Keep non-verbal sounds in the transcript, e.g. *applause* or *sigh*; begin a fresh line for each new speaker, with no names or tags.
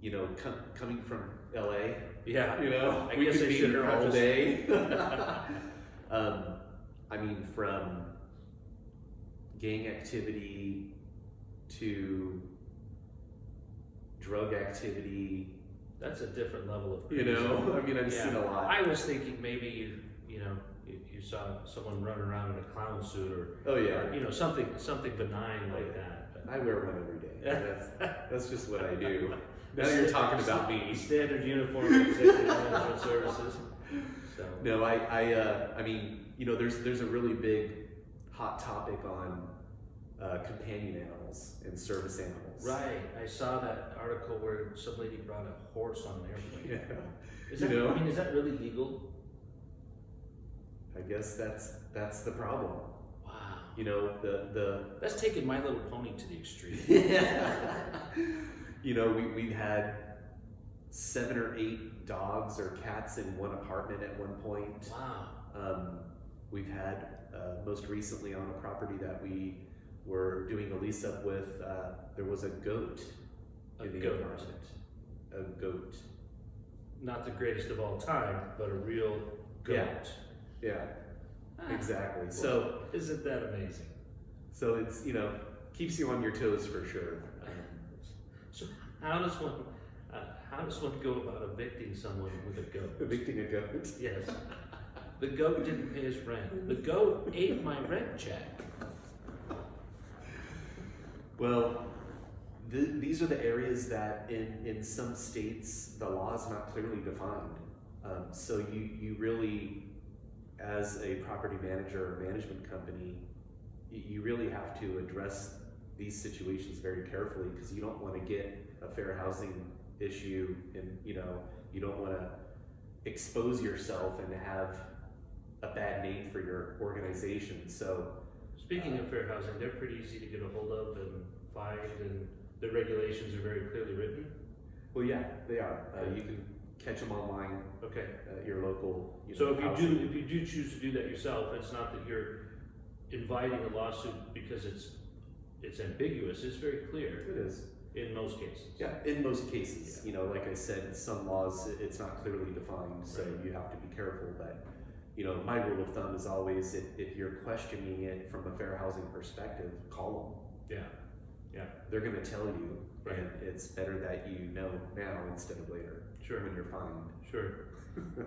you know, com- coming from LA,
Yeah.
you know,
I
we
guess
could
I
be
should
here all
preface-
day. *laughs* um, I mean, from gang activity to drug activity,
That's a different level of.
you know, I mean, I've
Yeah.
seen a lot.
I was thinking maybe you you know you, you saw someone running around in a clown suit or,
oh, yeah.
or, you know something something benign like that. But
I wear one every day. *laughs* That's, that's just what I do.
The
Now you're
sta-
talking about
the
me.
*laughs* Standard uniform of executive management services. So
No, I, I, uh, I mean, you know, there's there's a really big hot topic on uh, companion animals and service animals.
right, I saw that article where some lady brought a horse on an airplane.
*laughs* Yeah.
Is
You
that
know.
I mean, is that really legal?
I guess that's that's the problem.
Wow,
You know, the *laughs*
that's taking My Little Pony to the extreme.
the. you know, we we've had seven or eight dogs or cats in one apartment at one point.
Wow.
Um, we've had uh, most recently on a property that we were doing a lease up with. Uh, there was a goat
A
in the
goat.
apartment. A goat.
Not the greatest of all time, but a real goat.
Yeah. Yeah,
Ah,
exactly. So
So isn't that amazing?
so it's you know keeps you on your toes for sure.
So how does one uh, how does one go about evicting someone with a
*laughs*
goat?
Evicting a goat.
Yes. The goat didn't pay his rent. The goat ate my rent check.
Well, th- these are the areas that in, in some states the law is not clearly defined. Um, so you, you really, as a property manager or management company, y- you really have to address these situations very carefully because you don't want to get a fair housing issue and you know you don't want to expose yourself and have a bad name for your organization so
Speaking of fair housing, they're pretty easy to get a hold of and find, and the regulations are very clearly written.
well yeah they are uh, you can catch them online
Okay.
uh, your local. You
So
know,
if you
housing.
do if you do choose to do that yourself, it's not that you're inviting a lawsuit because it's it's ambiguous. It's very clear
it is.
in most cases.
Yeah, in most cases, you know, like I said, some laws it- it's not clearly defined, so
Right.
you have to be careful. But you know, my rule of thumb is always if, if you're questioning it from a fair housing perspective, call
Yeah.
them. They're going to tell you,
Right.
and it's better that you know now instead of later
Sure.
when you're fined.
Sure.